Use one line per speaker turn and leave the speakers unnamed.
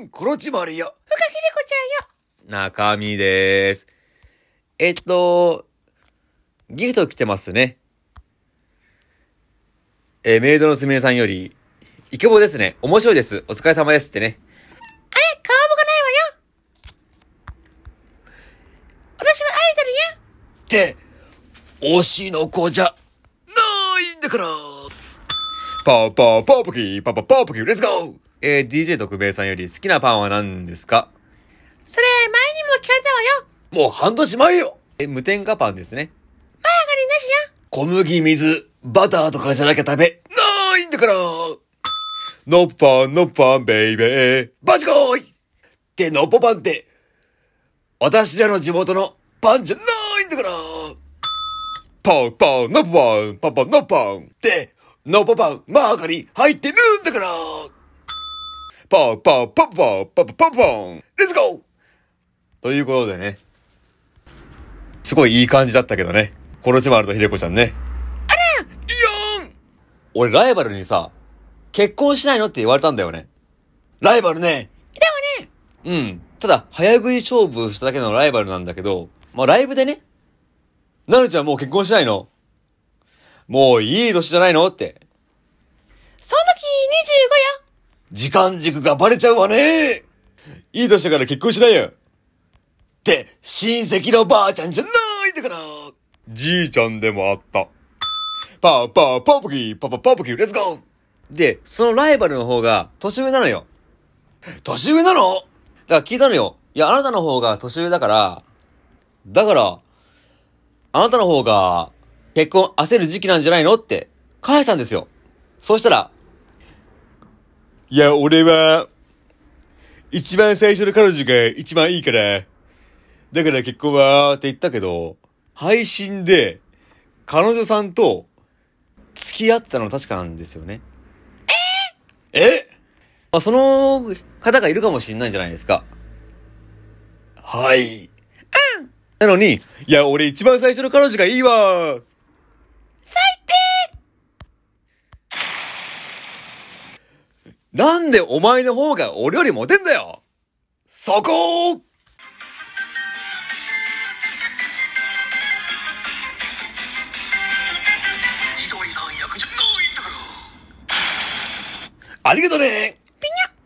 ん、コロチマルよ。
中身です。えっと、ギフト来てますね。えーメイドのすみれさんより、イケボですね。面白いです。お疲れ様ですってね。
あれ、顔もがないわよ。私はアイド
っ
ルよ。
て、推しの子じゃ、ないんだから。
パオパオパオポキー、パパパオポキー、レッツゴー
ゴー
えー DJ 特命さんより好きなパンは何ですか
それ、前にも聞かれたわよ。
もう半年前よ
えー無添加パンですね。
マーガリンなしよ。
小麦、水、バターとかじゃなきゃ食べ、ないんだから
のっぱんのっぱんベイベ
バチコーイってのっぽパンって、私らの地元のパンじゃないんだからっ
ー。パオパオのっぱん、パパのっぱん。
て、のっぽパン、マーガリン入ってるんだから
パオパオパパパオパパパパン。
レッツゴー
ということでね。すごいいい感じだったけどね。コロチマルとヒレコちゃんね。
イオン
俺ライバルにさ、結婚しないのって言われたんだよね。
ライバルね、
うん。ただ、早食い勝負しただけのライバルなんだけど、まあライブでね、なるちゃんもう結婚しないのもういい年じゃないのって。
その時25よ。
時間軸がバレちゃうわね
いい年だから結婚しないよ。
って、親戚のばあちゃんじゃないんだから
じいちゃんでもあった。パーパーパーポキー、パパパーポキー、
レ
レッ
ッツ
ツゴー
ゴー
で、そのライバルの方が年上なのよ。
年上なの
だから聞いたのよ。いや、あなたの方が年上だから、だから、あなたの方が結婚焦る時期なんじゃないのって返したんですよ。そうしたら、いや、俺は、一番最初の彼女が一番いいから、だから結婚は、って言ったけど、配信で、彼女さんと付き合ってたの確かなんですよね。
え
まあ、その方がいるかもしれないじゃないですか。
はい。
なのに、いや、俺一番最初の彼女がいいわ最低なんでお前の方が俺よりモテんだよ
そこー一人三役じゃないんだからありがとね